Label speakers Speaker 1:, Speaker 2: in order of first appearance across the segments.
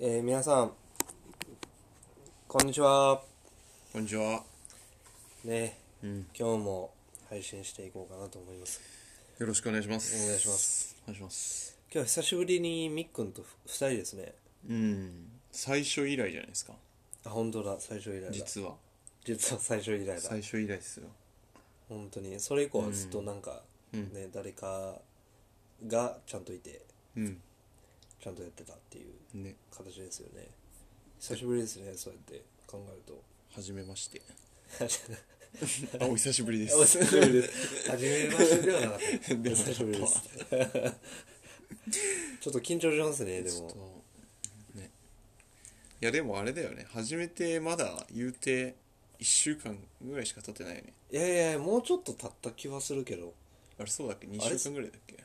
Speaker 1: えー皆さんこんにちは
Speaker 2: こんにちは。
Speaker 1: ね、
Speaker 2: うん
Speaker 1: 今日も配信していこうかなと思います
Speaker 2: よろしくお願いします。
Speaker 1: お願いします。
Speaker 2: お願いします。
Speaker 1: 今日は久しぶりにみっくんとふ二人ですね
Speaker 2: うん。最初以来じゃないですか。
Speaker 1: あ本当だ最初以来だ
Speaker 2: 実は。
Speaker 1: 実は最初以来だ
Speaker 2: 最初以来ですよ。
Speaker 1: 本当にそれ以降はずっとなんか、
Speaker 2: うん
Speaker 1: ね誰かがちゃんといて
Speaker 2: うん。
Speaker 1: ちゃんとやってたっていう
Speaker 2: ね。
Speaker 1: 形ですよね久しぶりですねそうやって考える と
Speaker 2: はじめまして。
Speaker 1: あ
Speaker 2: あ、お久しぶり で
Speaker 1: お
Speaker 2: す。
Speaker 1: 久しぶり です初めましてではな かった
Speaker 2: でも
Speaker 1: 久しぶりです。ちょっと緊張しますね、で
Speaker 2: ちょっ
Speaker 1: も。
Speaker 2: と。ね。いや、でもあれだよね。始めてまだ言うて1週間ぐらいしか経ってないよね。
Speaker 1: いやいやいや、もうちょっと経った気はするけど。
Speaker 2: あれそうだっけ ?2
Speaker 1: あれ
Speaker 2: 週間ぐらいだっけ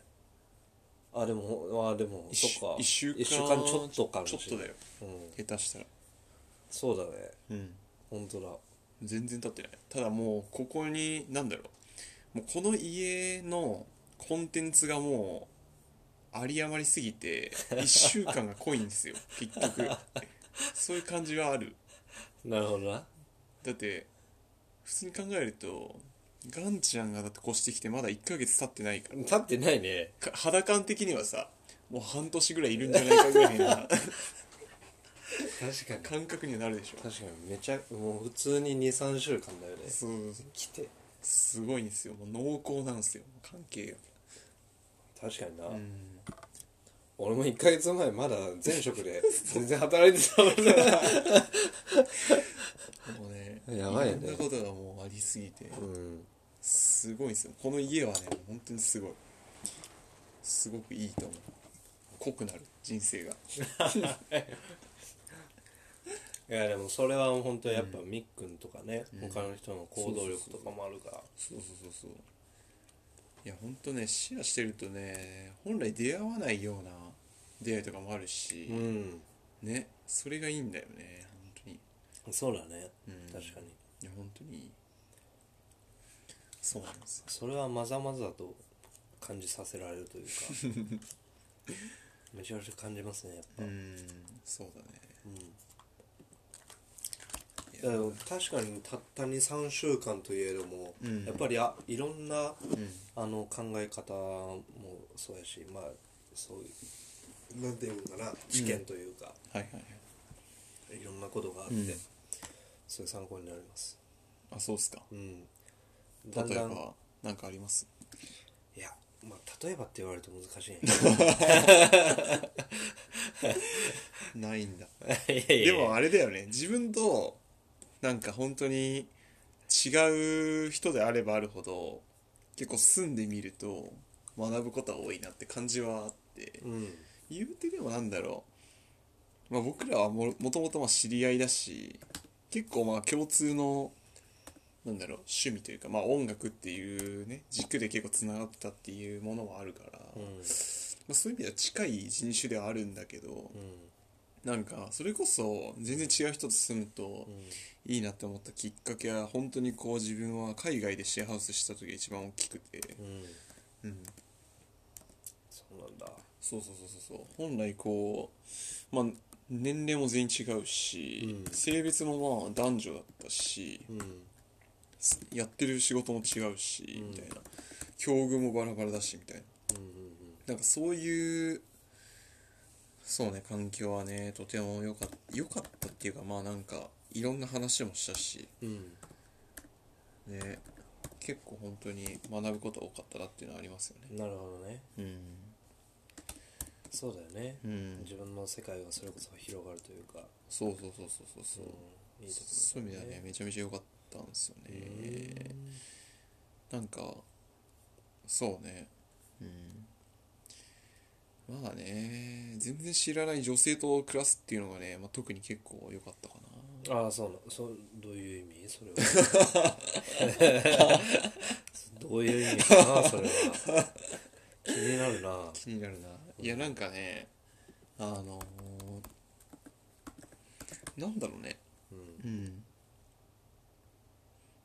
Speaker 1: あ、でも、あ、でも、そ
Speaker 2: 一
Speaker 1: っか。
Speaker 2: 一週間
Speaker 1: 一週間ちょっとかも
Speaker 2: ちょっ
Speaker 1: しれ
Speaker 2: と
Speaker 1: ない
Speaker 2: だよ。
Speaker 1: うん。
Speaker 2: 下手したら。
Speaker 1: そうだね。
Speaker 2: うん。
Speaker 1: 本当だ。
Speaker 2: 全然経ってないただもうここになんだろうもうこの家のコンテンツがもう有り余りすぎ て1週間が濃いんですよ結局そういう感じはある
Speaker 1: なるほどな。
Speaker 2: だって普通に考えるとガンちゃんがだって越してきてまだ1ヶ月経ってないから
Speaker 1: 経ってないね。
Speaker 2: か肌感的にはさもう半年ぐらいいるんじゃないかぐらいな
Speaker 1: 確かに。
Speaker 2: 感覚にはなるでしょ
Speaker 1: 確かに、めちゃ、もう普通に2、3週間だよね。
Speaker 2: そうそうそう
Speaker 1: 来て。
Speaker 2: すごいんですよもう濃厚なんですよ関係
Speaker 1: 確かにな。
Speaker 2: がうん
Speaker 1: 俺も1ヶ月前まだ前職で全然働いてたもんね。
Speaker 2: もうね、
Speaker 1: やばいよね
Speaker 2: ろんなことがもうありすぎて、
Speaker 1: うん。
Speaker 2: すごいんですよ。この家はね、本当にすごい。すごくいいと思う。濃くなる、人生が。
Speaker 1: いやでもそれは本当やっぱみっくんとかね、他の人の行動力とかもあるから
Speaker 2: そうそうそうそう。いや、本当ね、シェアしてるとね、本来出会わないような出会いとかもあるし
Speaker 1: う、ん
Speaker 2: ね、それがいいんだよね、本当に。
Speaker 1: そうだね、
Speaker 2: うん
Speaker 1: 確かに
Speaker 2: いや、本当にいい。そうなんですよ。
Speaker 1: それはまざまざと感じさせられるという かめちゃくちゃ感じますねやっぱ、
Speaker 2: うん、そうだね。
Speaker 1: いやでも確かにたった23週間といえども、
Speaker 2: うん
Speaker 1: やっぱりあいろんな
Speaker 2: うん。
Speaker 1: あの考え方もそうやしまあそういうなんていうのかな知見というか、
Speaker 2: はいはいはい。
Speaker 1: いろんなことがあって、
Speaker 2: うん
Speaker 1: そういう参考になります
Speaker 2: あ、そうっすか。
Speaker 1: うんだん
Speaker 2: 例え
Speaker 1: だん
Speaker 2: ば何かあります
Speaker 1: いやまあ例えばって言われると難しいね
Speaker 2: ないんだ
Speaker 1: いやいや
Speaker 2: でもあれだよね自分となんか本当に違う人であればあるほど結構住んでみると学ぶことが多いなって感じはあって
Speaker 1: うん
Speaker 2: 言うてでもなんだろう、まあ、僕らはももともとまあ知り合いだし結構まあ共通のなんだろう趣味というか、まあ、音楽っていうね軸で結構つながってたっていうものもあるから、
Speaker 1: うん
Speaker 2: まあ、そういう意味では近い人種ではあるんだけど、
Speaker 1: うん
Speaker 2: なんかそれこそ全然違う人と住むといいなって思ったきっかけは本当にこう自分は海外でシェアハウスした時が一番大きくて、
Speaker 1: うん
Speaker 2: うん、
Speaker 1: そうなんだ
Speaker 2: そうそうそうそうそう本来こう、まあ、年齢も全員違うし、
Speaker 1: うん
Speaker 2: 性別もまあ男女だったし
Speaker 1: うん
Speaker 2: すやってる仕事も違うし、
Speaker 1: うん
Speaker 2: みたいな境遇もバラバラだしみたいな
Speaker 1: うん
Speaker 2: なんかそういうそうね環境はねとても良かった良かったっていうかまあなんかいろんな話もしたし
Speaker 1: うんうん
Speaker 2: ね結構本当に学ぶこと多かったなっていうのはありますよね
Speaker 1: なるほどね
Speaker 2: うん
Speaker 1: そうだよね、
Speaker 2: うん
Speaker 1: 自分の世界がそれこそ広がるというか、
Speaker 2: そうそうそうそうそうそう、
Speaker 1: うん、いいところ
Speaker 2: そういう意味ではねめちゃめちゃ良かったんですよ
Speaker 1: う
Speaker 2: ね
Speaker 1: ん
Speaker 2: なんかそうねうんまあね全然知らない女性と暮らすっていうのがね、まあ、特に結構良かったかな
Speaker 1: ああそうなそうどういう意味そ れはどういう意味かなそれは気になるな
Speaker 2: 気になるな、いやなんかねあのーなんだろうね
Speaker 1: うん
Speaker 2: うん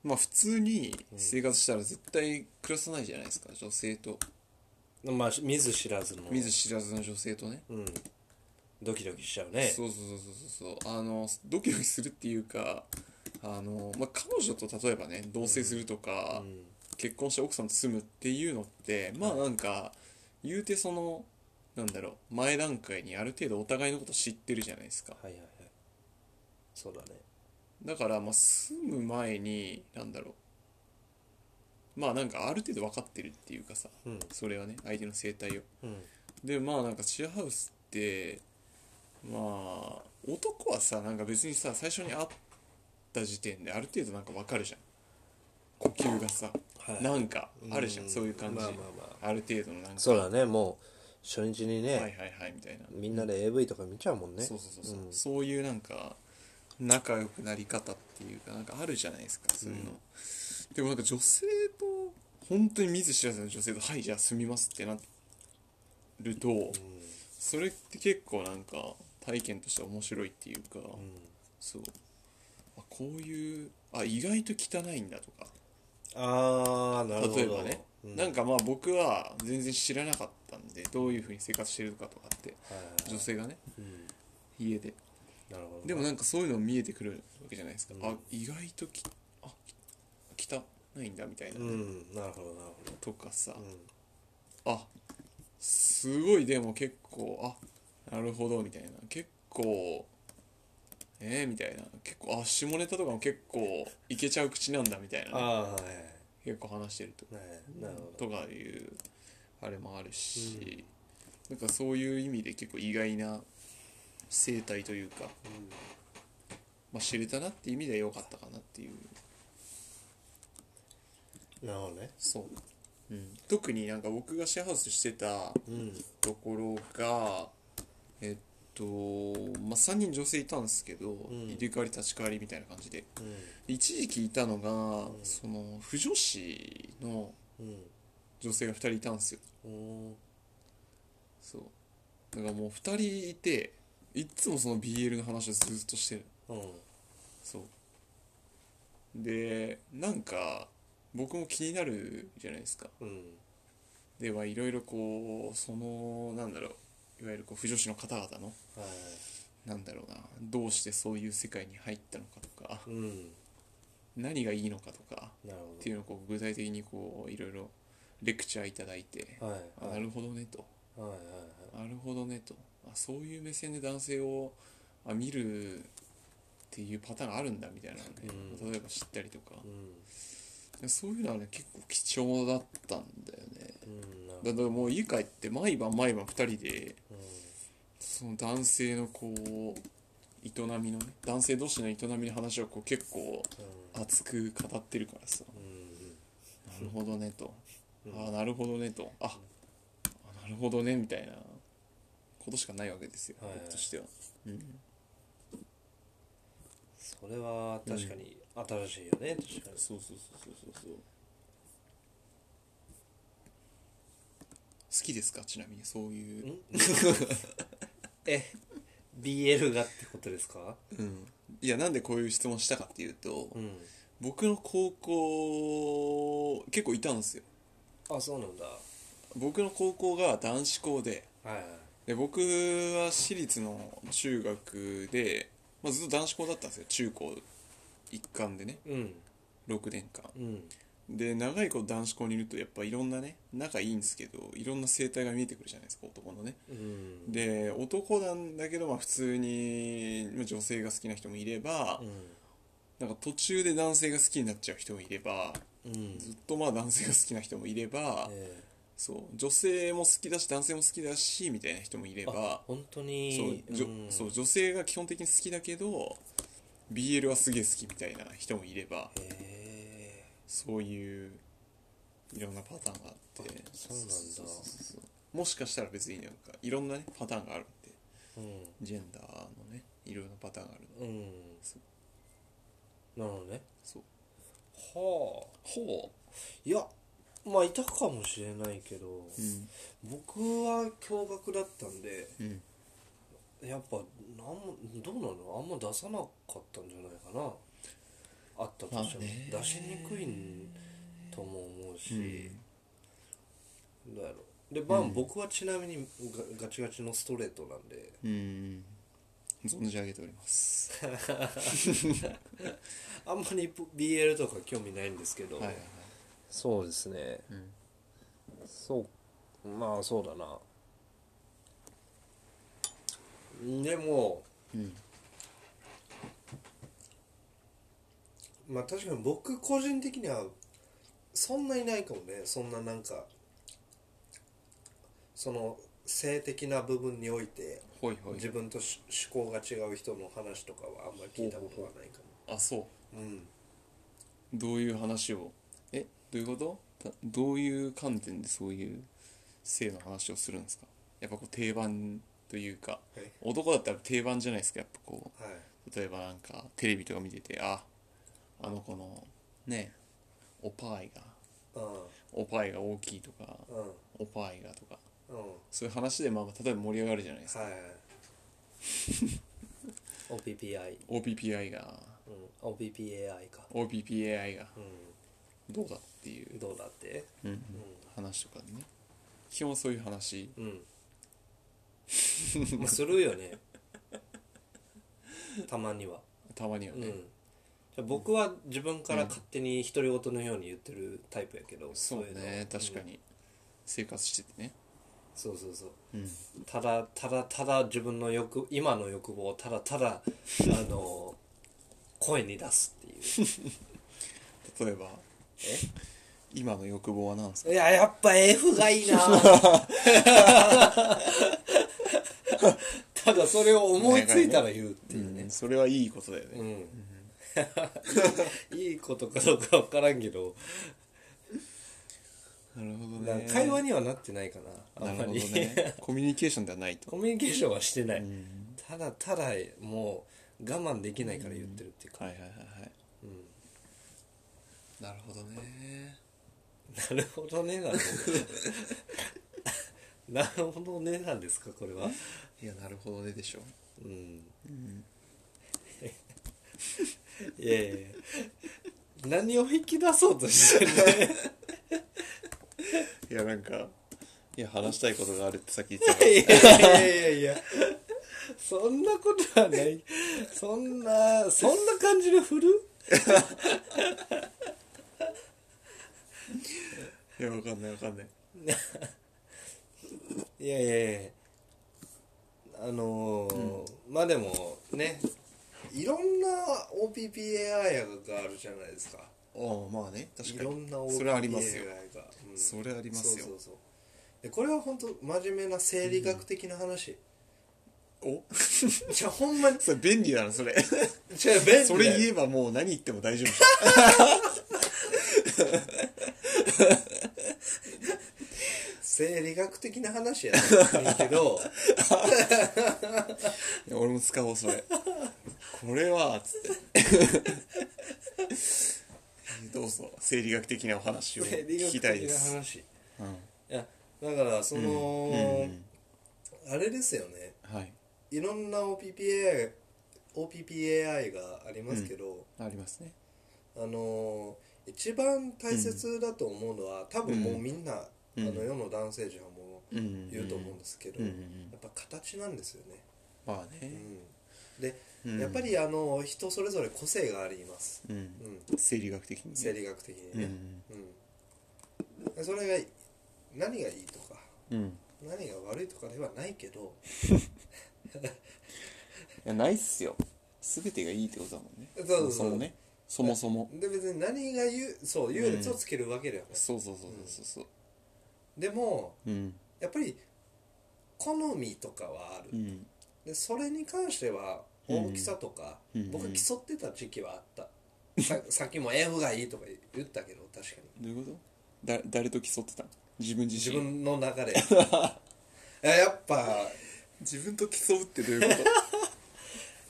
Speaker 2: まあ普通に生活したら絶対暮らさないじゃないですか女性と
Speaker 1: まあ、し見ず知らずの。
Speaker 2: 見ず知らずの女性とね
Speaker 1: うん。ドキドキしちゃうね
Speaker 2: そうそうそうそうそうあのドキドキするっていうかあの、まあ、彼女と例えばね同棲するとか、
Speaker 1: うん
Speaker 2: 結婚して奥さんと住むっていうのってまあ
Speaker 1: はい
Speaker 2: なんか言うてそのなんだろう前段階にある程度お互いのこと知ってるじゃないですか
Speaker 1: はいはいはいそうだね
Speaker 2: だからまあ住む前になんだろうまあなんかある程度分かってるっていうかさ
Speaker 1: うん
Speaker 2: それはね相手の生態を
Speaker 1: うん
Speaker 2: でまあなんかシェアハウスってまあ男はさなんか別にさ最初に会った時点である程度なんか分かるじゃん呼吸がさ
Speaker 1: はい
Speaker 2: なんかあるじゃん
Speaker 1: うん
Speaker 2: そういう感じ
Speaker 1: まあまあま
Speaker 2: ある程度のなんか
Speaker 1: そうだねもう初日にね、
Speaker 2: はいはいはいみたいな、
Speaker 1: みんなで AV とか見ちゃうもんね
Speaker 2: そうそうそうそう、
Speaker 1: ん
Speaker 2: そういうなんか仲良くなり方っていうかなんかあるじゃないですかそういうの、
Speaker 1: うん
Speaker 2: でもなんか女性と本当に見ず知らずの女性と「はいじゃあ住みます」ってなると、それって結構なんか体験として面白いっていう
Speaker 1: う
Speaker 2: か、
Speaker 1: んうん
Speaker 2: そうあこういうあ意外と汚いんだとか
Speaker 1: ああなるほど
Speaker 2: 例えばね、
Speaker 1: う
Speaker 2: なんかまあ僕は全然知らなかったんでどういうふうに生活してるかとかって
Speaker 1: はいはいはい
Speaker 2: 女性がね
Speaker 1: うん
Speaker 2: 家で
Speaker 1: なるほどね
Speaker 2: でもなんかそういうの見えてくるわけじゃないですか、
Speaker 1: うん
Speaker 2: あ意外ときあき汚いんだみたいな、
Speaker 1: うんなるほどなる
Speaker 2: とかさ
Speaker 1: ほど、うん
Speaker 2: あすごいでも結構あなるほどみたいな結構えー、みたいな結構あ下ネタとかも結構いけちゃう口なんだみたいな
Speaker 1: あ
Speaker 2: ね、
Speaker 1: あはいはいはい
Speaker 2: 結構話してると
Speaker 1: ねなるほど
Speaker 2: とかいうあれもあるし、なんかそういう意味で結構意外な生態というか、
Speaker 1: うん
Speaker 2: まあ、知れたなって意味で良かったかなっていう
Speaker 1: なるほどね
Speaker 2: そう、うん、特になんか僕がシェアハウスしてた
Speaker 1: うん
Speaker 2: ところがえっと、まあ、3人女性いたんですけど、
Speaker 1: ん
Speaker 2: 入れ替わり立ち替わりみたいな感じで
Speaker 1: う
Speaker 2: 一時期いたのが、
Speaker 1: うん
Speaker 2: その不女子の
Speaker 1: ん
Speaker 2: 女性が2人いたんですよ
Speaker 1: うんお
Speaker 2: そうだからもう2人いていっつもその BL の話をずっとしてる
Speaker 1: ーうん
Speaker 2: そうでなんか僕も気になるじゃないですか
Speaker 1: うん
Speaker 2: ではいろいろこうそのなんだろういわゆるこう不女子の方々の
Speaker 1: はい
Speaker 2: なんだろうなどうしてそういう世界に入ったのかとか
Speaker 1: うん
Speaker 2: 何がいいのかとか
Speaker 1: なる
Speaker 2: っていうのをこう具体的にこういろいろレクチャーいただいて、
Speaker 1: ほどはい
Speaker 2: あ
Speaker 1: は
Speaker 2: ないるほどねと
Speaker 1: はいはい
Speaker 2: なるほどねとあそういう目線で男性をあ見るっていうパターンあるんだみたいなのをね、
Speaker 1: うん
Speaker 2: 例えば知ったりとか
Speaker 1: う、ん
Speaker 2: そういうのはね結構貴重だったんだよね
Speaker 1: うんなるほ
Speaker 2: だ
Speaker 1: ど
Speaker 2: からもう家帰って毎晩毎晩2人で
Speaker 1: う
Speaker 2: その男性のこう営みのね男性同士の営みの話をこう結構
Speaker 1: ん
Speaker 2: 熱く語ってるからさ
Speaker 1: うん
Speaker 2: なるほどねと、
Speaker 1: うん
Speaker 2: ああなるほどねとああなるほどねみたいなことしかないわけですよ、
Speaker 1: はいはい
Speaker 2: 僕としては、うん、
Speaker 1: それは確かに新しいよね確かに
Speaker 2: そうそうそうそうそうそう好きですかちなみにそういう、
Speaker 1: んえ BL がってことですか
Speaker 2: うん、いやなんでこういう質問したかっていうと、
Speaker 1: うん
Speaker 2: 僕の高校結構いたんですよ
Speaker 1: あそうなんだは
Speaker 2: 僕の高校が男子校で
Speaker 1: いはい
Speaker 2: で僕は私立の中学で、まあ、ずっと男子校だったんですよ中高一貫でね
Speaker 1: うん
Speaker 2: 6年間
Speaker 1: うん
Speaker 2: で長いこと男子校にいるとやっぱいろんなね仲いいんですけどいろんな生態が見えてくるじゃないですか男のね
Speaker 1: うん
Speaker 2: で男なんだけどまあ普通にまあ女性が好きな人もいれば
Speaker 1: う
Speaker 2: なんか途中で男性が好きになっちゃう人もいれば
Speaker 1: んうん
Speaker 2: ずっとまあ男性が好きな人もいれば
Speaker 1: え
Speaker 2: そう女性も好きだし男性も好きだしみたいな人もいれ
Speaker 1: えあ
Speaker 2: ば
Speaker 1: 本当
Speaker 2: そう
Speaker 1: に
Speaker 2: じょ
Speaker 1: ん
Speaker 2: そう女性が基本的に好きだけど BL はすげえ好きみたいな人もいれば
Speaker 1: へ
Speaker 2: そういういろんなパターンがあって
Speaker 1: あそうなんだ
Speaker 2: そうそうそうそうもしかしたら別になんかいろんなねパターンがあるんで
Speaker 1: え
Speaker 2: ジェンダーのねいろんなパターンがあるんで
Speaker 1: うんうん
Speaker 2: そう
Speaker 1: なるほどね
Speaker 2: そう
Speaker 1: はあ
Speaker 2: ほ
Speaker 1: いやまあいたかもしれないけど、
Speaker 2: ううん
Speaker 1: 僕は驚愕だったんで
Speaker 2: うん
Speaker 1: やっぱなんもどうなのあんま出さなかったんじゃないかなあったとしても、
Speaker 2: まあね
Speaker 1: 出しにくいとも思うし、どうやろうでバン、
Speaker 2: うん
Speaker 1: 僕はちなみにガガチガチのストレートなんで
Speaker 2: うん存じ上げております
Speaker 1: あんまり BL とか興味ないんですけど、
Speaker 2: はいはいはい
Speaker 1: そうですね
Speaker 2: うん
Speaker 1: そうまあそうだなでも
Speaker 2: うん
Speaker 1: まあ確かに僕個人的にはそんないないかもねそんななんかその性的な部分において
Speaker 2: ほいほい
Speaker 1: 自分とし思考が違う人の話とかはあんまり聞いたことはないか
Speaker 2: あそう
Speaker 1: もうん
Speaker 2: どういう話をえどういうことたどういう観点でそういう性の話をするんですかやっぱこう定番というか
Speaker 1: はい
Speaker 2: 男だったら定番じゃないですかやっぱこ
Speaker 1: はい、
Speaker 2: う例えばなんかテレビとか見ててああの子のねおっぱいが
Speaker 1: う
Speaker 2: おっぱいが大きいとか
Speaker 1: んうん
Speaker 2: おっぱいがとか
Speaker 1: うん
Speaker 2: そういう話でまあまあ例えば盛り上がるじゃないですか
Speaker 1: はい OPPI、
Speaker 2: OPPI が
Speaker 1: うん、OPPAI か
Speaker 2: OPPAI が
Speaker 1: う
Speaker 2: どうだっていう、
Speaker 1: んどうだって
Speaker 2: うんうん話とかね基本そういう話
Speaker 1: うん、 まあするよねたまには、
Speaker 2: たまには
Speaker 1: うん
Speaker 2: ね、
Speaker 1: じゃあ僕は自分から勝手に独り言のように言ってるタイプやけど、
Speaker 2: そう
Speaker 1: いの
Speaker 2: ね確か
Speaker 1: うん
Speaker 2: に生活しててね
Speaker 1: そうそうそう
Speaker 2: うん
Speaker 1: ただただただ自分の欲今の欲望をただただあの声に出すって いう
Speaker 2: 例えば今の欲望は何ですか
Speaker 1: えいややっぱ F が いいなただそれを思いついたら言うっていうね
Speaker 2: うんそれはいいことだよね、
Speaker 1: うん、い いことかどうか分からんけど、
Speaker 2: なるほど
Speaker 1: なん
Speaker 2: ね
Speaker 1: か会話にはなってないかなあ
Speaker 2: なんる
Speaker 1: ま
Speaker 2: ほど
Speaker 1: り、
Speaker 2: ねコミュニケーションではないと
Speaker 1: コミュニケーションはしてない、
Speaker 2: うん
Speaker 1: ただただもう我慢できないから言ってるっていうか、
Speaker 2: はいはいはいはい
Speaker 1: うん
Speaker 2: なるほどね
Speaker 1: なるほどねなの なるほどねなんですかこれは、
Speaker 2: いやなるほどねでしょ
Speaker 1: うん、
Speaker 2: うん
Speaker 1: いやいやいや何を引き出そうとしてる
Speaker 2: いやなんかいや話したいことがあるってさっき言って
Speaker 1: いや
Speaker 2: たから
Speaker 1: いやいやいやそんなことはないそんなそんな感じで振る
Speaker 2: いやわかんないわかんない
Speaker 1: いやいやいやあのーまあでもねいろんな OPPAI があるじゃないですか
Speaker 2: ああまあね確
Speaker 1: い
Speaker 2: か
Speaker 1: ろ
Speaker 2: に
Speaker 1: んな
Speaker 2: そ
Speaker 1: OPPAI
Speaker 2: れ
Speaker 1: が
Speaker 2: ありますよ、
Speaker 1: うん
Speaker 2: それありますよ
Speaker 1: そうそうそうでこれは本当真面目な生理学的な話、
Speaker 2: お
Speaker 1: じゃあほんまに
Speaker 2: それ便利だなそれ
Speaker 1: じゃあ便利
Speaker 2: それ
Speaker 1: だよ
Speaker 2: 言えばもう何言っても大丈夫
Speaker 1: 生理学的な話やったらいいけど
Speaker 2: いや俺も使おうそれこれはつって どうぞ生理学的なお話を
Speaker 1: 生理
Speaker 2: 聞
Speaker 1: 学
Speaker 2: き
Speaker 1: 的
Speaker 2: たい で
Speaker 1: な
Speaker 2: す、
Speaker 1: 話い
Speaker 2: うん
Speaker 1: やだからその、
Speaker 2: うん
Speaker 1: あれですよね
Speaker 2: はい
Speaker 1: いろんな OPPAI, OPPAI がありますけど、
Speaker 2: ありますね
Speaker 1: あのー一番大切だと思うのは、多分もうみんな、
Speaker 2: うん
Speaker 1: あの世の男性陣はもう
Speaker 2: うん
Speaker 1: 言うと思うんですけど、
Speaker 2: うん
Speaker 1: やっぱ形なんですよね、
Speaker 2: まあ
Speaker 1: う
Speaker 2: ね、
Speaker 1: ん、で、
Speaker 2: うん
Speaker 1: やっぱりあの人それぞれ個性があります、
Speaker 2: う、
Speaker 1: うんん、
Speaker 2: 生理学的にね
Speaker 1: 生理学的に
Speaker 2: う
Speaker 1: ね、
Speaker 2: ん
Speaker 1: うんそれが何がいいとか
Speaker 2: うん、い
Speaker 1: 何が悪いとかではないけど
Speaker 2: やないっすよ全てがいいってことだもんね
Speaker 1: そうそうそう
Speaker 2: そもそもねそもそも、
Speaker 1: で別に何が言うそう優劣をつけるわけではない、
Speaker 2: そうそうそうそうそう
Speaker 1: でも
Speaker 2: うん
Speaker 1: やっぱり好みとかはある、
Speaker 2: うん
Speaker 1: でそれに関しては大きさとか、
Speaker 2: うん
Speaker 1: 僕
Speaker 2: うん
Speaker 1: 競ってた時期はあった、さ さっきも F がいいとか言ったけど確かに
Speaker 2: どういうことだ誰と競ってたの自分自
Speaker 1: 自
Speaker 2: 身
Speaker 1: 分の中で いややっぱ
Speaker 2: 自分と競うってどういう こと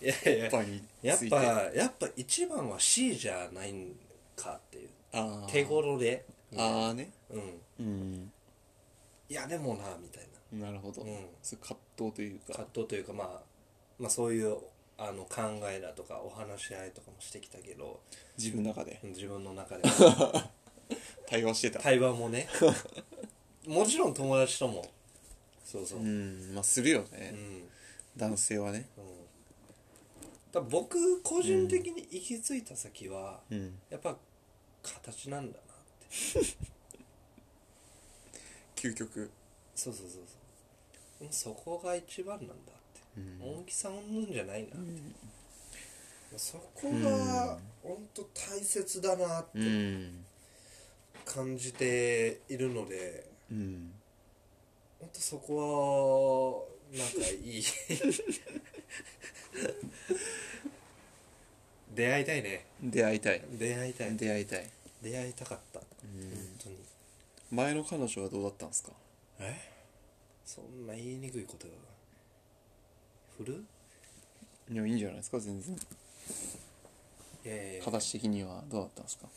Speaker 1: いやいや
Speaker 2: やっぱり
Speaker 1: やっ
Speaker 2: ついて
Speaker 1: ぱやっぱ一番は C じゃないんかっていう
Speaker 2: あー
Speaker 1: 手頃で
Speaker 2: ああね
Speaker 1: うん
Speaker 2: うん
Speaker 1: いやでもなみたいな
Speaker 2: なるほど、
Speaker 1: うん
Speaker 2: そう葛藤というか
Speaker 1: 葛藤というか、まあ、まあそういうあの考えだとかお話し合いとかもしてきたけど
Speaker 2: 自分の中 で
Speaker 1: 自分の中では
Speaker 2: 対話してた
Speaker 1: 対話もねもちろん友達ともそうそうう、
Speaker 2: んまあするよね、
Speaker 1: うん
Speaker 2: 男性はね
Speaker 1: うんだから僕個人的に行き着いた先は、
Speaker 2: うん
Speaker 1: やっぱ形なんだなって
Speaker 2: 究極
Speaker 1: そうそうそうそうそこが一番なんだって、
Speaker 2: うん
Speaker 1: 大きさうんぬんじゃないなって、そこ
Speaker 2: うん
Speaker 1: が本当大切だなって
Speaker 2: うん
Speaker 1: 感じているので
Speaker 2: うん
Speaker 1: 本当そこはなんか いい出会いたいね
Speaker 2: 出会いたい
Speaker 1: 出会いたい
Speaker 2: 出会いたい
Speaker 1: 出会いたかった本
Speaker 2: うん
Speaker 1: 当に
Speaker 2: 前の彼女はどうだったんですか
Speaker 1: えそんな言いにくいことが振る
Speaker 2: いやいいんじゃないですか全然
Speaker 1: いやいやいや
Speaker 2: 形的にはどうだったんですか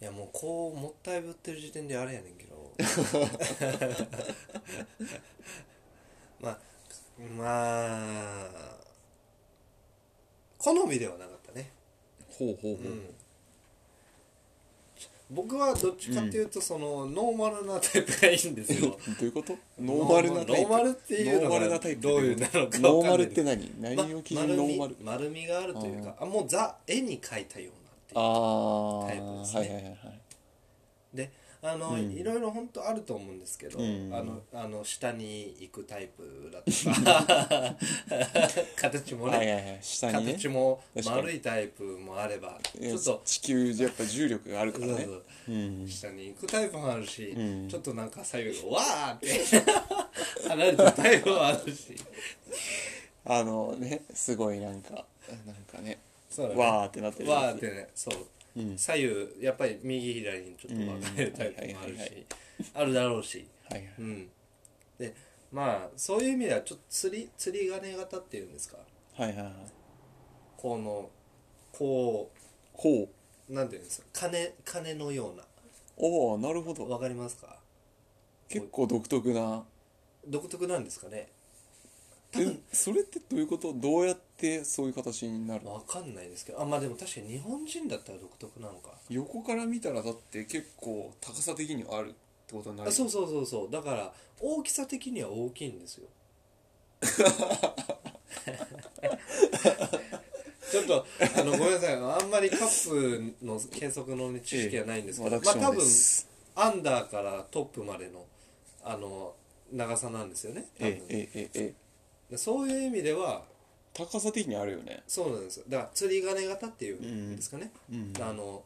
Speaker 1: いやもうこうもったいぶってる時点であれやねんけ どまあまあ好みではなかったね、
Speaker 2: ほうほう
Speaker 1: う
Speaker 2: ほう、
Speaker 1: ん、僕はどっちかっていうとその、ノーマルなタイプがいいんです
Speaker 2: えど
Speaker 1: よ
Speaker 2: ういうことノーマルなタイ
Speaker 1: ノー
Speaker 2: プ
Speaker 1: マルっていうのが
Speaker 2: ノーマルなタイプ
Speaker 1: どういうなのかわかんない
Speaker 2: ノーマルって何
Speaker 1: ま
Speaker 2: 何を基準にノーマル、
Speaker 1: 丸み丸みがあるというかあもうザ絵に描いたようなっていう
Speaker 2: ああ
Speaker 1: タイプですね
Speaker 2: はいはいはいはい
Speaker 1: であの、
Speaker 2: うん
Speaker 1: いろいろ本当あると思うんですけど、
Speaker 2: うん
Speaker 1: あのあの下に行くタイプだとか 形もね、
Speaker 2: はいはいはい下にね
Speaker 1: 形も
Speaker 2: 確かに
Speaker 1: 丸いタイプもあれば
Speaker 2: え
Speaker 1: ちょっと、
Speaker 2: 地球じゃやっぱ重力があるから
Speaker 1: そう
Speaker 2: ね
Speaker 1: そう
Speaker 2: うん
Speaker 1: 下に行くタイプもあるし、
Speaker 2: うん
Speaker 1: ちょっとなんか左右がわーって 離れたタイプもあるし
Speaker 2: あのねすごいなんかなんかね
Speaker 1: そうだね
Speaker 2: わーってなってるやつ
Speaker 1: わーってねそう、
Speaker 2: うん
Speaker 1: 左右やっぱり右左にちょっと分かれるタイプもある
Speaker 2: うんはいはいはいは
Speaker 1: しあるだろうし。
Speaker 2: はいはい
Speaker 1: うん、でまあそういう意味ではちょっと釣り釣り鐘型っていうんですか
Speaker 2: はいはいはい
Speaker 1: このこ
Speaker 2: ほう
Speaker 1: うなんていうんですか鐘鐘のような
Speaker 2: おおなるほど
Speaker 1: わかりますか
Speaker 2: 結構独特な
Speaker 1: 独特なんですかね多
Speaker 2: え
Speaker 1: 分
Speaker 2: それってどういうことどうやってそういう形になるの
Speaker 1: わかんないですけどあまあでも確かに日本人だったら独特なのか
Speaker 2: 横から見たらだって結構高さ的にはあるってことになる
Speaker 1: あそうそうそうそうだから大きさ的には大きいんです よちょっとあのごめんなさいあんまりカップの計測のね、知識はないんですけど、
Speaker 2: 私
Speaker 1: まあ
Speaker 2: も
Speaker 1: 多
Speaker 2: で
Speaker 1: 分
Speaker 2: す、
Speaker 1: アンダーからトップまでのあの長さなんですよね多分
Speaker 2: ええええええ
Speaker 1: でそういう意味では
Speaker 2: 高さ的にあるよね
Speaker 1: そうなんですよだから釣り鐘型っていうんですかね、
Speaker 2: うん
Speaker 1: あの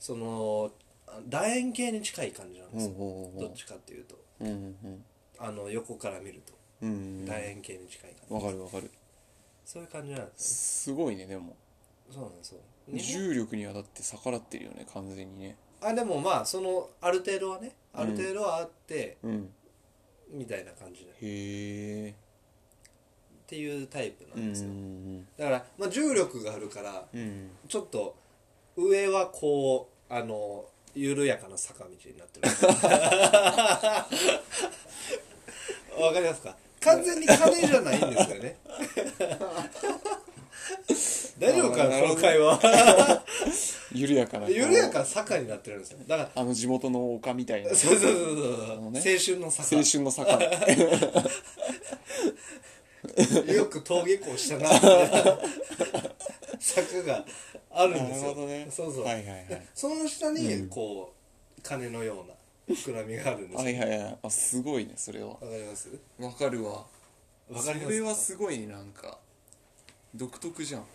Speaker 1: そのあ楕円形に近い感じなんですよ、
Speaker 2: ほうほうほう
Speaker 1: どっちかっていうと
Speaker 2: うんうん
Speaker 1: あの横から見ると
Speaker 2: うんうん
Speaker 1: 楕円形に近い感じ、
Speaker 2: わかるわかる
Speaker 1: そういう感じなんです
Speaker 2: すごいねでも
Speaker 1: ねそうなんですよ日本
Speaker 2: 重力にはだって逆らってるよね完全にね
Speaker 1: あでもまあそのある程度はねある程度はあって、
Speaker 2: うん
Speaker 1: みたいな感じでっ
Speaker 2: へえ
Speaker 1: ていうタイプ
Speaker 2: う
Speaker 1: なん
Speaker 2: ん
Speaker 1: ですよ、
Speaker 2: うん
Speaker 1: だから、まあ、重力があるから
Speaker 2: うんうん
Speaker 1: ちょっと上はこうあの緩やかな坂道になって るわかりますか完全に金じゃないんです よね大丈夫か
Speaker 2: あーな
Speaker 1: な
Speaker 2: るほ
Speaker 1: こ
Speaker 2: ど
Speaker 1: の会話
Speaker 2: 緩やか な
Speaker 1: 緩やかな坂になってるんですよだか
Speaker 2: あの地元の丘みたいな
Speaker 1: らそうそうそう
Speaker 2: あ
Speaker 1: そう、
Speaker 2: のね
Speaker 1: 青春の坂
Speaker 2: 青春の坂
Speaker 1: よく登下校したなみたいな坂があるん ですよ
Speaker 2: なるほどね
Speaker 1: そうそう、
Speaker 2: はいはいはい
Speaker 1: その下
Speaker 2: う
Speaker 1: に
Speaker 2: ん
Speaker 1: こう、鐘のような膨らみがあるんですよ
Speaker 2: はいはいはいあすごいねそれは
Speaker 1: わかります
Speaker 2: わかるわ
Speaker 1: わかります
Speaker 2: それはすごいねなんか独特じゃん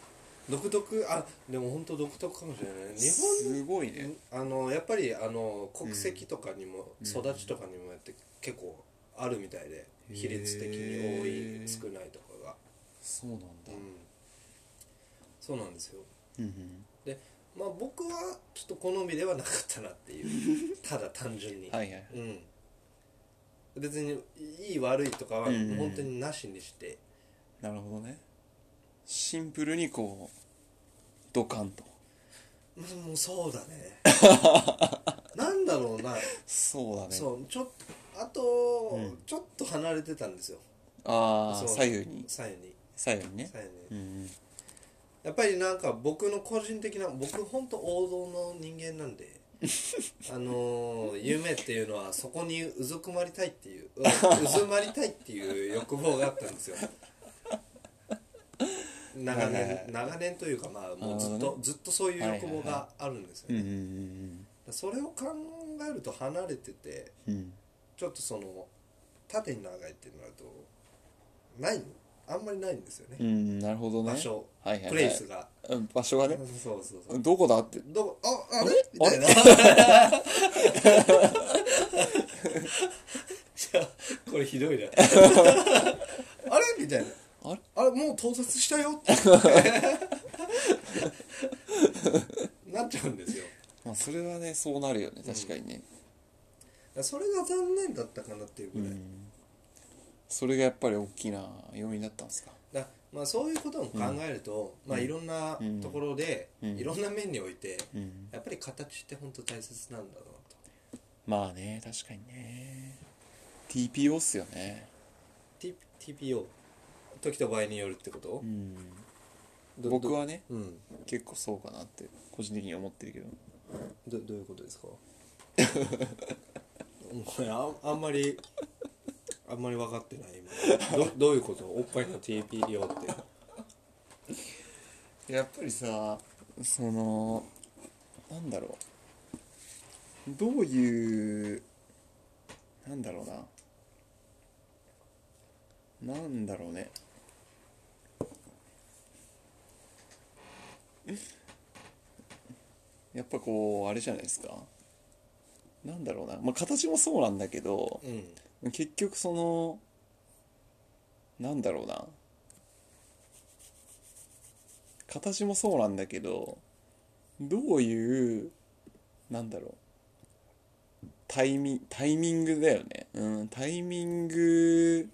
Speaker 1: 独特あでも本当独特かもしれないね日
Speaker 2: すごいね
Speaker 1: 本あのやっぱりあの国籍とかにも、育ちとかにもやって結構あるみたいで
Speaker 2: へー
Speaker 1: 比率的に多い少ないとかが、
Speaker 2: そうなんだ
Speaker 1: うん、そうなんですよ
Speaker 2: うんうん
Speaker 1: でまあ僕はちょっと好みではなかったなって いうただ単純に
Speaker 2: はいはい
Speaker 1: うん、別にいい悪いとかは
Speaker 2: うん
Speaker 1: 本当になしにして、
Speaker 2: なるほどねシンプルにこうドカンと
Speaker 1: うんもうそうだ ねなんだろうな
Speaker 2: そうだね
Speaker 1: そうちょっとあと、
Speaker 2: うん
Speaker 1: ちょっと離れてたんですよ
Speaker 2: ああ
Speaker 1: そう
Speaker 2: 左右に
Speaker 1: 左右に
Speaker 2: 左右にね
Speaker 1: 左右に、
Speaker 2: うんうん
Speaker 1: やっぱりなんか僕の個人的な僕ほんと王道の人間なんであのー夢っていうのはそこにうずくまりたいっていうう うずまりたいっていう欲望があったんですよ長
Speaker 2: はいはいは
Speaker 1: 年
Speaker 2: い
Speaker 1: 長年というかまあもうずっ
Speaker 2: なるほ
Speaker 1: と、
Speaker 2: どね
Speaker 1: ずっとそういう欲望があるんですよ、
Speaker 2: う
Speaker 1: ね
Speaker 2: んうん
Speaker 1: それを考えると離れてて
Speaker 2: うんうん
Speaker 1: ちょっとその縦に長いってなるとないあんまりないんですよね、
Speaker 2: うんなるほどね
Speaker 1: 場所、
Speaker 2: はいはいはい
Speaker 1: プレイスが、
Speaker 2: うん場所がね
Speaker 1: そうそうそう、
Speaker 2: どこだって
Speaker 1: どこああれみ
Speaker 2: あ
Speaker 1: た
Speaker 2: れ
Speaker 1: いな じゃあこれひど いなあれみたいな
Speaker 2: あれ
Speaker 1: あれもう到達した よってなっちゃうんですよ
Speaker 2: まあそれはねそうなるよね確かにね
Speaker 1: それが残念だったかなっていうぐ
Speaker 2: う
Speaker 1: らい、
Speaker 2: んそれがやっぱり大きな要因だったんですか
Speaker 1: だまあ、そういうことも考えると、まあ、いろんなところで、
Speaker 2: うん
Speaker 1: いろんな面において、
Speaker 2: うん
Speaker 1: やっぱり形って本当大切なんだろうな
Speaker 2: まあね確かにね TPO っすよね
Speaker 1: と T TPO 時と場合によるってこと、
Speaker 2: うん
Speaker 1: ど
Speaker 2: 僕
Speaker 1: ど
Speaker 2: はね
Speaker 1: うん
Speaker 2: 結構そうかなって個人的に思ってるけ
Speaker 1: ど
Speaker 2: ど
Speaker 1: どういうことです かお前ああんまりあんまり分かってない今どどういうことおっぱいの TPO って
Speaker 2: やっぱりさそのなんだろうどういうなんだろうななんだろうねやっぱこうあれじゃないですかなんだろうなまあ形もそうなんだけど
Speaker 1: うん
Speaker 2: 結局そのなんだろうな形もそうなんだけどどういうなんだろうタイミタイミングだよねうんタイミング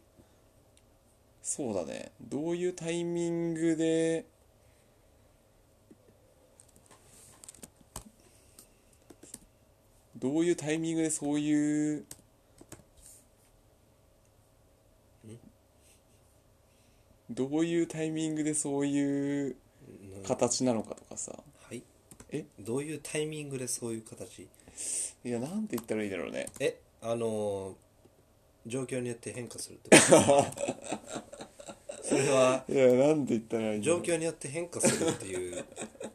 Speaker 2: そうだねどういうタイミングでどういうタイミングでそういうどういうタイミングでそういう形なのかとかさ
Speaker 1: はい
Speaker 2: え
Speaker 1: どういうタイミングでそういう形
Speaker 2: いやなんて言ったらいいだろうね
Speaker 1: えあのー状況によって変化するって ことそれはい
Speaker 2: やなんて言ったらいいんだ
Speaker 1: 状
Speaker 2: ろう
Speaker 1: 況によって変化するっていう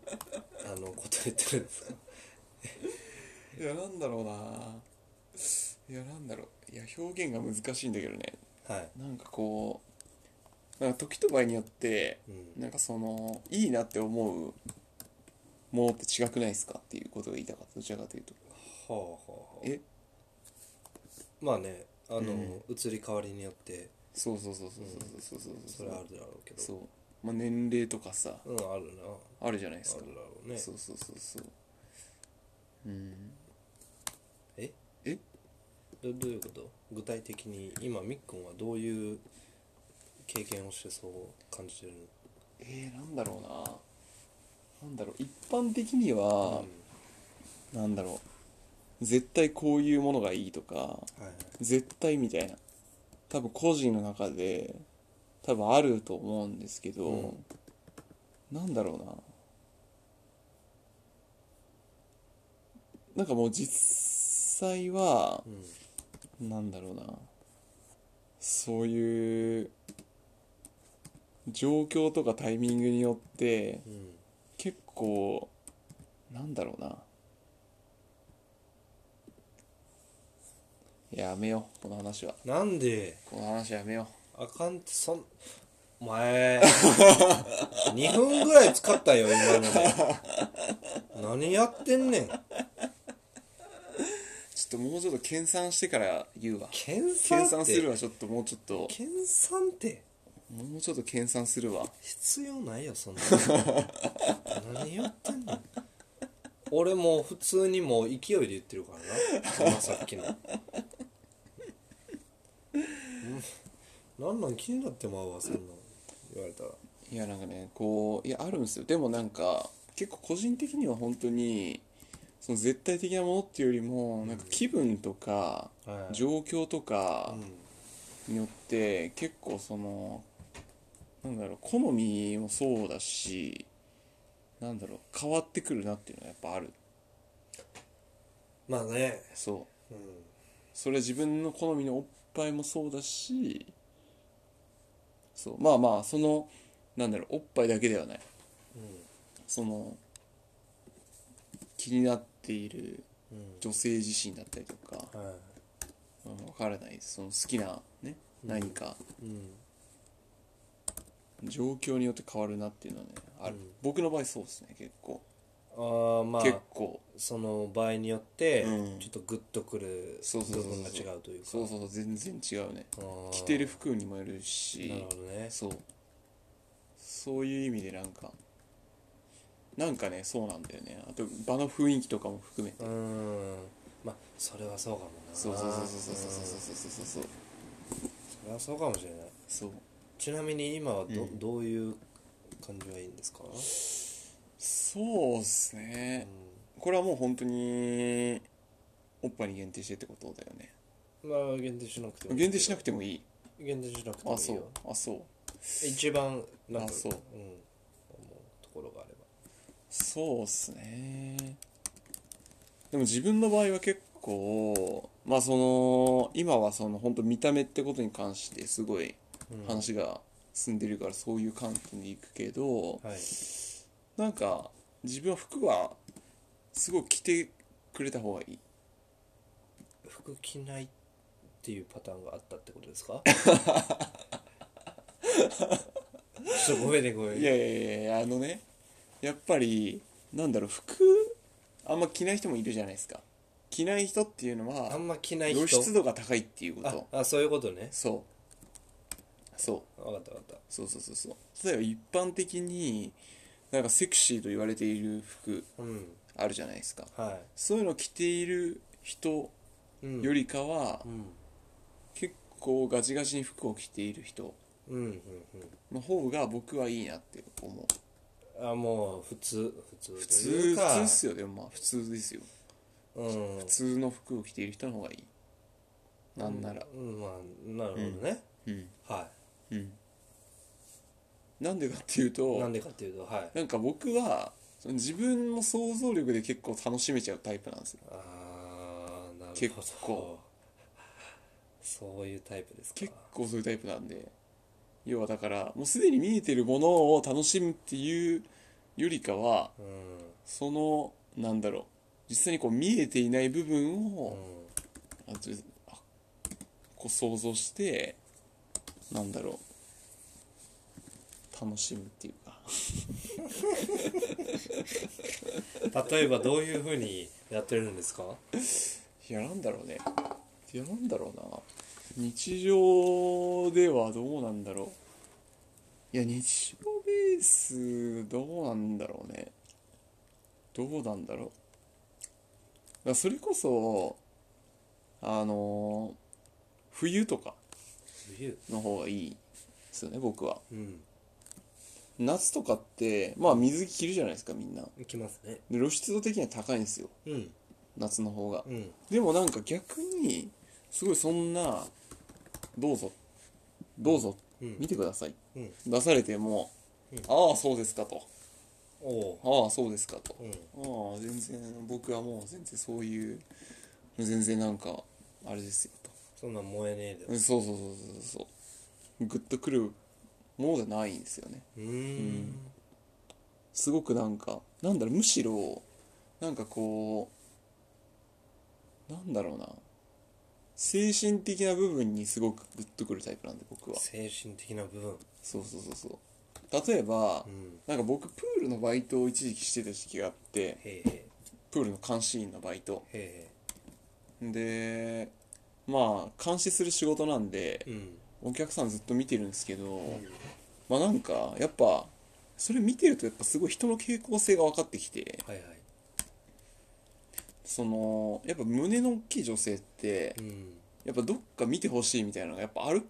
Speaker 1: あのこと言ってるんですか
Speaker 2: いやなんだろうないやなんだろういや表現が難しいんだけどね
Speaker 1: はい、
Speaker 2: なんかこうなんか時と場合によって
Speaker 1: うん、
Speaker 2: なんかそのいいなって思うものって違くないですかっていうことが言いたかったどちらかというと
Speaker 1: はあはあはあ
Speaker 2: え
Speaker 1: まあねあの、
Speaker 2: うん
Speaker 1: 移り変わりによって
Speaker 2: そうそうそうそうそうそうそう
Speaker 1: そ
Speaker 2: そう
Speaker 1: れはあるだろうけど
Speaker 2: そうまあ年齢とかさ
Speaker 1: うんあるな
Speaker 2: あるじゃないです
Speaker 1: あ
Speaker 2: か
Speaker 1: るだろうね
Speaker 2: そうそうそうそううん
Speaker 1: え
Speaker 2: え
Speaker 1: どどういうこと具体的に今みっくんはどういう経験をしてそう感じてるの
Speaker 2: えー、なんだろうななんだろう一般的には、なんだろう絶対こういうものがいいとか
Speaker 1: うんはいはい
Speaker 2: 絶対みたいな多分個人の中で多分あると思うんですけど、
Speaker 1: うん
Speaker 2: なんだろうななんかもう実際は
Speaker 1: う、ん
Speaker 2: なんだろうなそういう状況とかタイミングによって
Speaker 1: うん
Speaker 2: 結構なんだろうないややめようこの話は
Speaker 1: なんで
Speaker 2: この話はやめよ
Speaker 1: あかんってそんお 前2分ぐらい使ったよ今ので何やってんねん
Speaker 2: うちょっともうちょっと研鑽してから言うわ
Speaker 1: 研
Speaker 2: 研
Speaker 1: 鑽
Speaker 2: 鑽
Speaker 1: っ
Speaker 2: する
Speaker 1: て
Speaker 2: わちょっともうちょっと
Speaker 1: 研鑽って
Speaker 2: もうちょっと研鑽するわ
Speaker 1: 必要ないよそんなの何やってんの俺もう普通にもう勢いで言ってるからな今さっきのうんなんなん気になってまうわそんなん言われたら
Speaker 2: いやなんかねこういやあるんですよでもなんか結構個人的には本当にその絶対的なものっていうよりもなんか気分とか
Speaker 1: はい
Speaker 2: 状況とか
Speaker 1: うん
Speaker 2: によって結構そのなんだろう好みもそうだしなんだろう変わってくるなっていうのはやっぱある
Speaker 1: まあね
Speaker 2: そう
Speaker 1: うん
Speaker 2: それは自分の好みのおっぱいもそうだしそうまあまあそのなんだろうおっぱいだけではないその気になっている
Speaker 1: うん
Speaker 2: 女性自身だったりとか、
Speaker 1: うんは
Speaker 2: うん、分からないその好きなね
Speaker 1: うん
Speaker 2: 何か
Speaker 1: いうん
Speaker 2: 状況によって変わるなっていうのはねある、
Speaker 1: うん
Speaker 2: 僕の場合そうですね結構、
Speaker 1: ああまあ
Speaker 2: 結構
Speaker 1: その場合によって
Speaker 2: うん
Speaker 1: ちょっとグッとくる
Speaker 2: そうそう
Speaker 1: 部
Speaker 2: そうそ
Speaker 1: 分
Speaker 2: う
Speaker 1: が違うというか
Speaker 2: そうそうそう全然違うね
Speaker 1: ああ
Speaker 2: 着てる服にもよるし
Speaker 1: なるほどね
Speaker 2: そうそういう意味でなんかなんかねそうなんだよねあと場の雰囲気とかも含めて
Speaker 1: うんまあそれはそうかもな
Speaker 2: そうそうそうそうそ
Speaker 1: うん
Speaker 2: うそうそうそうそう
Speaker 1: それはそうかもしれない
Speaker 2: そう
Speaker 1: ちなみに今はど,、
Speaker 2: う
Speaker 1: うんどういう感じがいいんですか、
Speaker 2: そうっす
Speaker 1: う
Speaker 2: ね
Speaker 1: ん、
Speaker 2: これはもう本当におっぱいに限定してってことだよね
Speaker 1: まあ限定しなくてもいい
Speaker 2: 限定しなく
Speaker 1: て
Speaker 2: てもいい
Speaker 1: 限定しなくてもいいよ
Speaker 2: あそうあそう
Speaker 1: 一番なんか
Speaker 2: あそう
Speaker 1: うん、思うところがあれば
Speaker 2: そうっすねでも自分の場合は結構まあその今はその本当見た目ってことに関してすごい
Speaker 1: うん
Speaker 2: 話が進んでるからそういう観点でいくけど
Speaker 1: はい
Speaker 2: なんか自分は服はすごい着てくれた方がいい
Speaker 1: 服着ないっていうパターンがあったってことです かちょっとごめんねごめんね
Speaker 2: いやいやいやあのねやっぱりなんだろう服あんま着ない人もいるじゃないですか着ない人っていうの
Speaker 1: あ
Speaker 2: は
Speaker 1: んま着ない人
Speaker 2: 露出度が高いっていうこ
Speaker 1: あ
Speaker 2: と
Speaker 1: あそういうことね
Speaker 2: そうそう
Speaker 1: 分かった分かっ
Speaker 2: そうそうそうそう例えば一般的になんかセクシーと言われている服
Speaker 1: たうん
Speaker 2: あるじゃないですか
Speaker 1: は
Speaker 2: そういうのを着ている人
Speaker 1: い、うん、
Speaker 2: よりかは
Speaker 1: うん
Speaker 2: 結構ガチガチに服を着ている人
Speaker 1: うんうん
Speaker 2: の方が僕はいいなって思う
Speaker 1: うんあもう普通普通
Speaker 2: 普
Speaker 1: と
Speaker 2: 通
Speaker 1: い
Speaker 2: 普
Speaker 1: うか
Speaker 2: 通っすよでもまあ普通ですよ
Speaker 1: うん
Speaker 2: 普通の服を着ている人の方がいいなんなら
Speaker 1: うんまあなるほどね、
Speaker 2: うん
Speaker 1: は
Speaker 2: うんなんでかっていう
Speaker 1: い
Speaker 2: と
Speaker 1: なんでかっていうとはい
Speaker 2: なんか僕はその自分の想像力で結構楽しめちゃうタイプなんですよ
Speaker 1: ああなるほど
Speaker 2: 結構
Speaker 1: そういうタイプですか
Speaker 2: 結構そういうタイプなんで要はだからもうすでに見えてるものを楽しむっていうよりかは
Speaker 1: うん
Speaker 2: そのなんだろう実際にこう見えていない部分
Speaker 1: う
Speaker 2: を、
Speaker 1: ん
Speaker 2: あちょあこう想像してなんだろう楽しむっていうか
Speaker 1: 例えばどういうふうにやってるんですか
Speaker 2: いやなんだろうねいやなんだろうな日常ではどうなんだろういや日常ベースどうなんだろうねどうなんだろうだからそれこそあの冬とか
Speaker 1: 冬
Speaker 2: の方がいいですよね僕は
Speaker 1: うん
Speaker 2: 夏とかってまあ水着着るじゃないですかみんな
Speaker 1: 行きますね
Speaker 2: で露出度的には高いんですよ
Speaker 1: うん
Speaker 2: 夏の方が
Speaker 1: うん
Speaker 2: でもなんか逆にすごいそんなどうぞどうぞ
Speaker 1: うん
Speaker 2: 見てください
Speaker 1: うん
Speaker 2: 出されても
Speaker 1: うん
Speaker 2: ああそうですかと
Speaker 1: おお
Speaker 2: ああそうですかと
Speaker 1: ううん
Speaker 2: ああ全然僕はもう全然そういう全然なんかあれですよと
Speaker 1: そんなん燃えねえで
Speaker 2: うんそうそうそうそうそうグッとくるものじゃないんですよね
Speaker 1: うーん
Speaker 2: すごくなんかなんだろうむしろなんかこうなんだろうな精神的な部分にすごくグッとくるタイプなんで僕は
Speaker 1: 精神的な部分
Speaker 2: そうそうそうそう例えば、
Speaker 1: うん
Speaker 2: なんか僕プールのバイトを一時期してた時期があって
Speaker 1: へえへ
Speaker 2: プールの監視員のバイト
Speaker 1: えへ
Speaker 2: でまあ監視する仕事なんで
Speaker 1: え、うん
Speaker 2: お客さんずっと見てるんですけど、まあなんかやっぱそれ見てるとやっぱすごい人の傾向性が分かってきて
Speaker 1: はいはい
Speaker 2: そのやっぱ胸の大きい女性って
Speaker 1: うん
Speaker 2: やっぱどっか見てほしいみたいなのがやっぱあるっ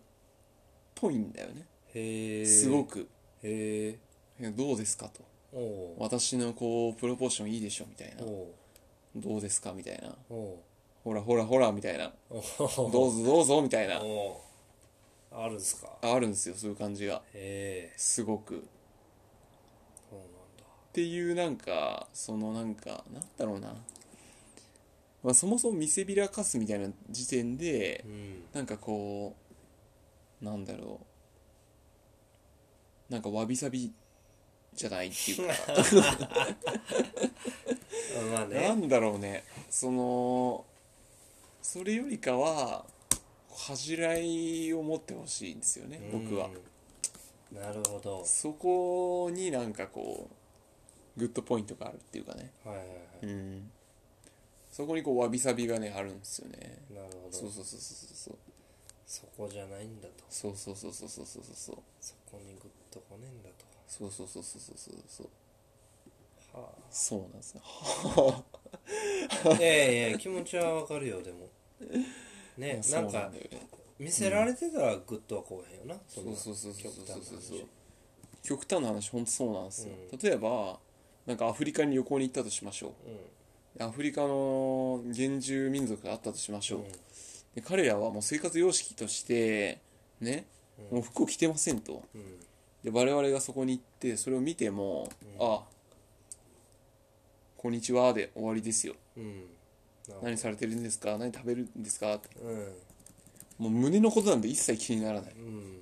Speaker 2: ぽいんだよね、
Speaker 1: へえ
Speaker 2: すごく
Speaker 1: へえ
Speaker 2: 「えどうですか?」と
Speaker 1: おお
Speaker 2: 「私のこうプロポーションいいでしょ」みたいな
Speaker 1: おお
Speaker 2: 「どうですか?」みたいな
Speaker 1: おお
Speaker 2: 「ほらほらほら」みたいな
Speaker 1: お
Speaker 2: 「どうぞどうぞ」みたいな
Speaker 1: おあるんすか
Speaker 2: あるんですよそういう感じが
Speaker 1: へえ
Speaker 2: すごくっ
Speaker 1: そうなんだ
Speaker 2: ていうなんかそのなんかなんだろうなまあ、そもそも見せびらかすみたいな時点で
Speaker 1: うん
Speaker 2: なんかこうなんだろうなんかわびさびじゃないっていうか
Speaker 1: まあ ね
Speaker 2: なんだろうねそのそれよりかは恥じらいを持ってほしいんですよね僕は、
Speaker 1: うんなるほど
Speaker 2: そこになんかこうグッドポイントがあるっていうかね
Speaker 1: はいはいは
Speaker 2: うんそこにこうわびさびがねあるんですよね
Speaker 1: いなるほど
Speaker 2: そうそうそうそう
Speaker 1: そこじゃないんだと
Speaker 2: そうそうそうそうそうそうそうそう
Speaker 1: そこにグッとこねんだと
Speaker 2: そうそうそうそうそうそうそう
Speaker 1: は
Speaker 2: そうなんですよ
Speaker 1: あいや いやいや気持ちはわかるよでも
Speaker 2: い
Speaker 1: ね
Speaker 2: やそ
Speaker 1: な
Speaker 2: うんな
Speaker 1: か
Speaker 2: んだよね
Speaker 1: 見せられてたらグッとはこうへんよな
Speaker 2: そ
Speaker 1: そうの
Speaker 2: そうそうそうそうそうそう
Speaker 1: 極端な話
Speaker 2: 極端な話ほんとそうなんですよ、
Speaker 1: うん
Speaker 2: 例えばなんかアフリカに旅行に行ったとしましょうアフリカの原住民族があったとしましょう、
Speaker 1: うんうん
Speaker 2: で彼らはもう生活様式としてね、
Speaker 1: うん
Speaker 2: もう服を着てませんと
Speaker 1: うん
Speaker 2: で我々がそこに行ってそれを見ても、
Speaker 1: うん
Speaker 2: あこんにちはで終わりですよ
Speaker 1: うんなるほど
Speaker 2: 何されてるんですか何食べるんですかって
Speaker 1: うん
Speaker 2: もう胸のことなんて一切気にならない
Speaker 1: うん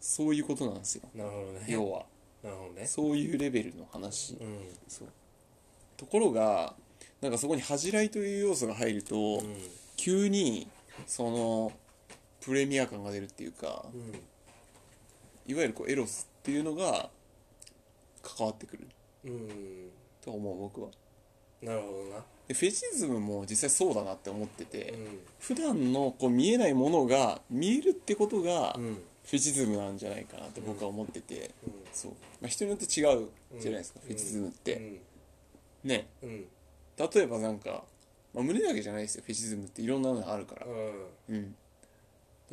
Speaker 2: そういうことなんですよ
Speaker 1: なるほどね
Speaker 2: 要は
Speaker 1: なるほどね
Speaker 2: そういうレベルの話、
Speaker 1: うん
Speaker 2: そうところがなんかそこに恥じらいという要素が入ると、
Speaker 1: うん
Speaker 2: 急にそのプレミア感が出るっていうか
Speaker 1: うん
Speaker 2: いわゆるこうエロスっていうのが関わってくる
Speaker 1: うん
Speaker 2: と思う僕は
Speaker 1: なるほどな
Speaker 2: でフェチズムも実際そうだなって思ってて、
Speaker 1: うん
Speaker 2: 普段のこう見えないものが見えるってことが
Speaker 1: う
Speaker 2: フ
Speaker 1: ん
Speaker 2: ェチズムなんじゃないかなって僕は思ってて、
Speaker 1: うん
Speaker 2: そう、まあ、人によって違うじゃないですか、
Speaker 1: うん
Speaker 2: フェチズムって、ね
Speaker 1: うんうん
Speaker 2: 例えばなんか、まあ、胸だけじゃないですよフェチズムっていろんなのあるから
Speaker 1: うん
Speaker 2: うん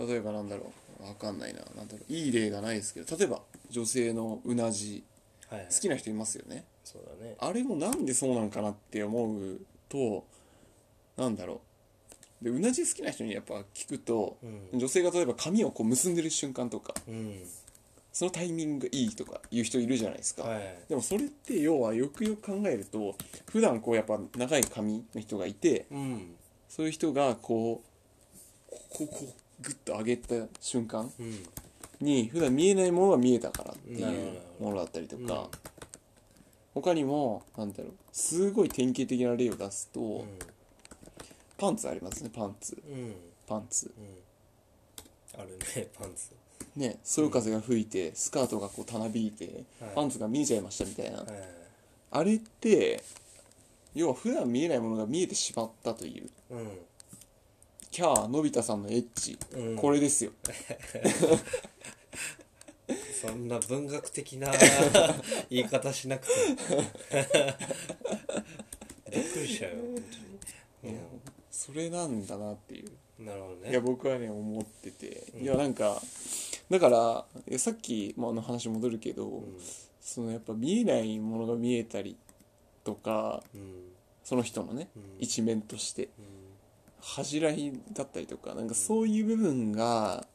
Speaker 2: 例えばなんだろうわかんないななんだろういい例がないですけど例えば女性のうなじ
Speaker 1: はいはい
Speaker 2: 好きな人いますよね
Speaker 1: そうだね
Speaker 2: あれもなんでそうなんかなって思うとなんだろうでうなじ好きな人にやっぱ聞くと
Speaker 1: うん
Speaker 2: 女性が例えば髪をこう結んでる瞬間とか
Speaker 1: うん
Speaker 2: そのタイミングがいいとか言う人いるじゃないですか、
Speaker 1: はい
Speaker 2: でもそれって要はよくよく考えると普段こうやっぱ長い髪の人がいて
Speaker 1: うん
Speaker 2: そういう人がこうこここうグッと上げた瞬間
Speaker 1: うん
Speaker 2: に普段見えないものが見えたからってい
Speaker 1: なるほどなる
Speaker 2: う
Speaker 1: ほど
Speaker 2: ものだったりと
Speaker 1: うん
Speaker 2: か他にもなんだろうすごい典型的な例を出す
Speaker 1: う
Speaker 2: と
Speaker 1: ん
Speaker 2: パンツありますねパンツ
Speaker 1: うん
Speaker 2: パンツ
Speaker 1: うんあるね パンツ
Speaker 2: ねそよ風が吹いてスカートがこうたなびいて
Speaker 1: はい
Speaker 2: パンツが見えちゃいましたみたいな
Speaker 1: はいはい
Speaker 2: あれって要は普段見えないものが見えてしまったという
Speaker 1: うん
Speaker 2: キャーのび太さんのエッチ
Speaker 1: うん
Speaker 2: これですよ
Speaker 1: そんな文学的 な言い方しなくて もびっくりしたよ本当に
Speaker 2: いやそれなんだなっていう
Speaker 1: うんなるほどね
Speaker 2: いや僕はね思ってて、
Speaker 1: うん
Speaker 2: いやなんかだからいやさっきまあの話戻るけど、
Speaker 1: う
Speaker 2: そのやっぱ見えないものが見えたりとか
Speaker 1: んうん
Speaker 2: その人のね、
Speaker 1: うん
Speaker 2: 一面として
Speaker 1: うん
Speaker 2: 恥じらいだったりとかなんかそういう部分が、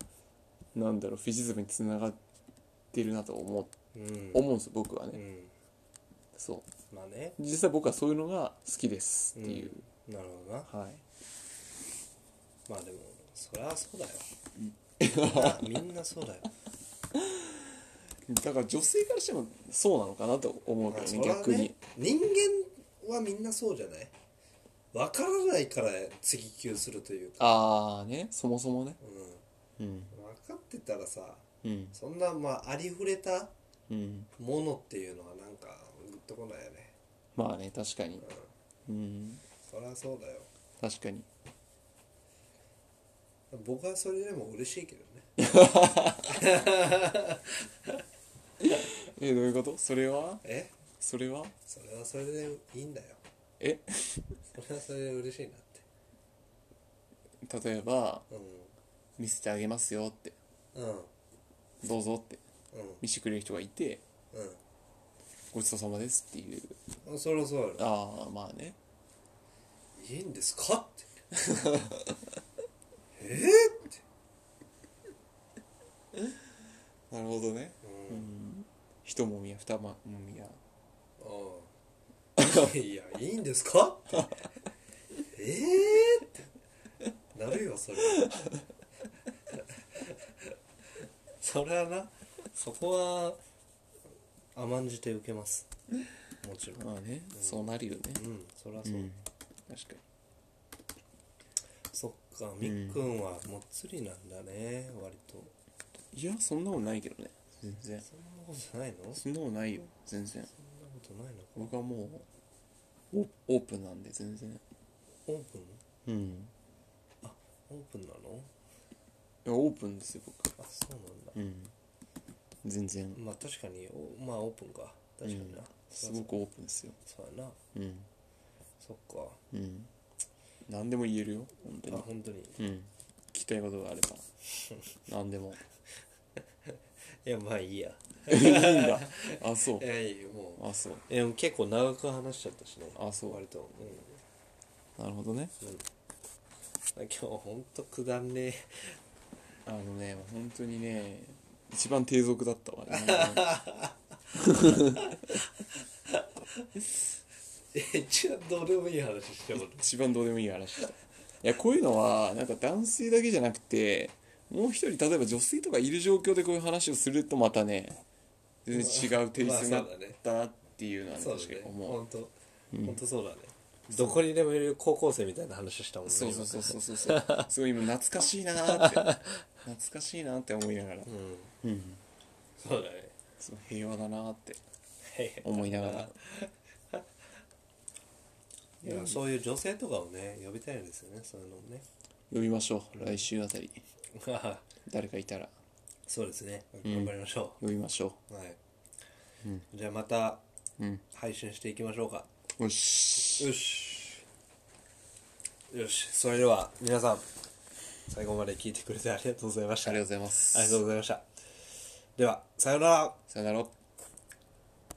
Speaker 2: なんだろうフィジズムにつながってるなと思う
Speaker 1: うん
Speaker 2: 思うんですよ僕はね、
Speaker 1: うん
Speaker 2: そう
Speaker 1: まあね
Speaker 2: 実際僕はそういうのが好きですっていう、
Speaker 1: うんなるほどな
Speaker 2: はい
Speaker 1: まあでもそりゃそうだよみんなみんなそうだよ
Speaker 2: だから女性からしてもそうなのかなと思うけどね
Speaker 1: まあそ
Speaker 2: 逆
Speaker 1: れは
Speaker 2: に
Speaker 1: 人間はみんなそうじゃないわからないから追求するというか、
Speaker 2: ああねそもそもね
Speaker 1: う
Speaker 2: うん
Speaker 1: ん、分かってたらさ
Speaker 2: うん
Speaker 1: そんなまあありふれた
Speaker 2: うん
Speaker 1: ものっていうのはなんかグッとこないよね
Speaker 2: まあね確かに
Speaker 1: うん
Speaker 2: うん
Speaker 1: そりゃそうだよ
Speaker 2: 確かに
Speaker 1: 僕はそれでも嬉しいけどね
Speaker 2: えどういうことそれは
Speaker 1: え
Speaker 2: それは
Speaker 1: それはそれでいいんだよ
Speaker 2: え
Speaker 1: それはそれで嬉しいなって
Speaker 2: 例えば
Speaker 1: う
Speaker 2: 見せてあげますよって
Speaker 1: んうん
Speaker 2: どうぞって
Speaker 1: う
Speaker 2: 見せてくれる人がいて
Speaker 1: ん
Speaker 2: ごちそうさまですっていう
Speaker 1: うんそりゃそうだよ
Speaker 2: ああまあね
Speaker 1: いいんですかって えー、って
Speaker 2: なるほどね
Speaker 1: うん
Speaker 2: うん一もみや二もみや
Speaker 1: ああいやいいんですかってえーってなるよそれはそれはなそこは甘んじて受けますもちろん
Speaker 2: まあね、そうなるよね、
Speaker 1: うんそりゃ
Speaker 2: う
Speaker 1: そう、
Speaker 2: ん確か
Speaker 1: そっかみっくんはもっつりなんだね、割と
Speaker 2: にいやそんなことないけどね全然
Speaker 1: そんなことないのそんな
Speaker 2: そんなことないよ全然
Speaker 1: ことないのか
Speaker 2: 僕はもうオオープンなんで全然
Speaker 1: オープン
Speaker 2: うん
Speaker 1: オープンなの
Speaker 2: いやオープンですよ僕
Speaker 1: あそうなんだ
Speaker 2: うん全然
Speaker 1: まあ確かにおまあオープンか確かにな、
Speaker 2: うんすごくオープンですよ
Speaker 1: そうやな
Speaker 2: うん
Speaker 1: そっか
Speaker 2: うん何でも言えるよ本当
Speaker 1: あ本当に
Speaker 2: にうん聞きたいことがあ れば何でも
Speaker 1: いやまあいいや
Speaker 2: いいん だあそう
Speaker 1: いやいやもう
Speaker 2: あそう
Speaker 1: えー結構長く話しちゃったしね
Speaker 2: あそう
Speaker 1: 割とうん、
Speaker 2: なるほどね
Speaker 1: うん、今日ほんとくだんね
Speaker 2: あのね本当にね一番低俗だったわ
Speaker 1: え 一応どうでもいい話してもら
Speaker 2: 一番どうでもいい話したいやこういうのはなんか男性だけじゃなくてもう一人例えば女性とかいる状況でこういう話をするとまたね全然違うテイストになったなっていうのは、ね
Speaker 1: そうだ
Speaker 2: 確か
Speaker 1: ね
Speaker 2: に思
Speaker 1: ほ
Speaker 2: うん
Speaker 1: と
Speaker 2: うん
Speaker 1: ほんとそうだねどこにでもいる高校生みたいな話したもんね
Speaker 2: そうそうそうそうそうそうすごい今懐かしいなー って懐かしいなーって思いながら、
Speaker 1: 今うん
Speaker 2: うん、
Speaker 1: そうだね
Speaker 2: そう平和だなーって
Speaker 1: へ
Speaker 2: 思いながら
Speaker 1: へでもそういう女性とかをね呼びたいですよねそういうのもね
Speaker 2: 呼びましょう来週あたり
Speaker 1: あ
Speaker 2: 誰かいたら
Speaker 1: そうですね
Speaker 2: ん
Speaker 1: 頑張りましょ
Speaker 2: 呼びましょ
Speaker 1: う、はい、
Speaker 2: うん
Speaker 1: じゃあまた
Speaker 2: ううん
Speaker 1: 配信していきましょうか
Speaker 2: よし
Speaker 1: よしよしそれでは皆さん最後まで聞いてくれてありがとうございました
Speaker 2: ありがとうご
Speaker 1: あ
Speaker 2: ざいます
Speaker 1: りがとうございましたではさようなら
Speaker 2: さよなら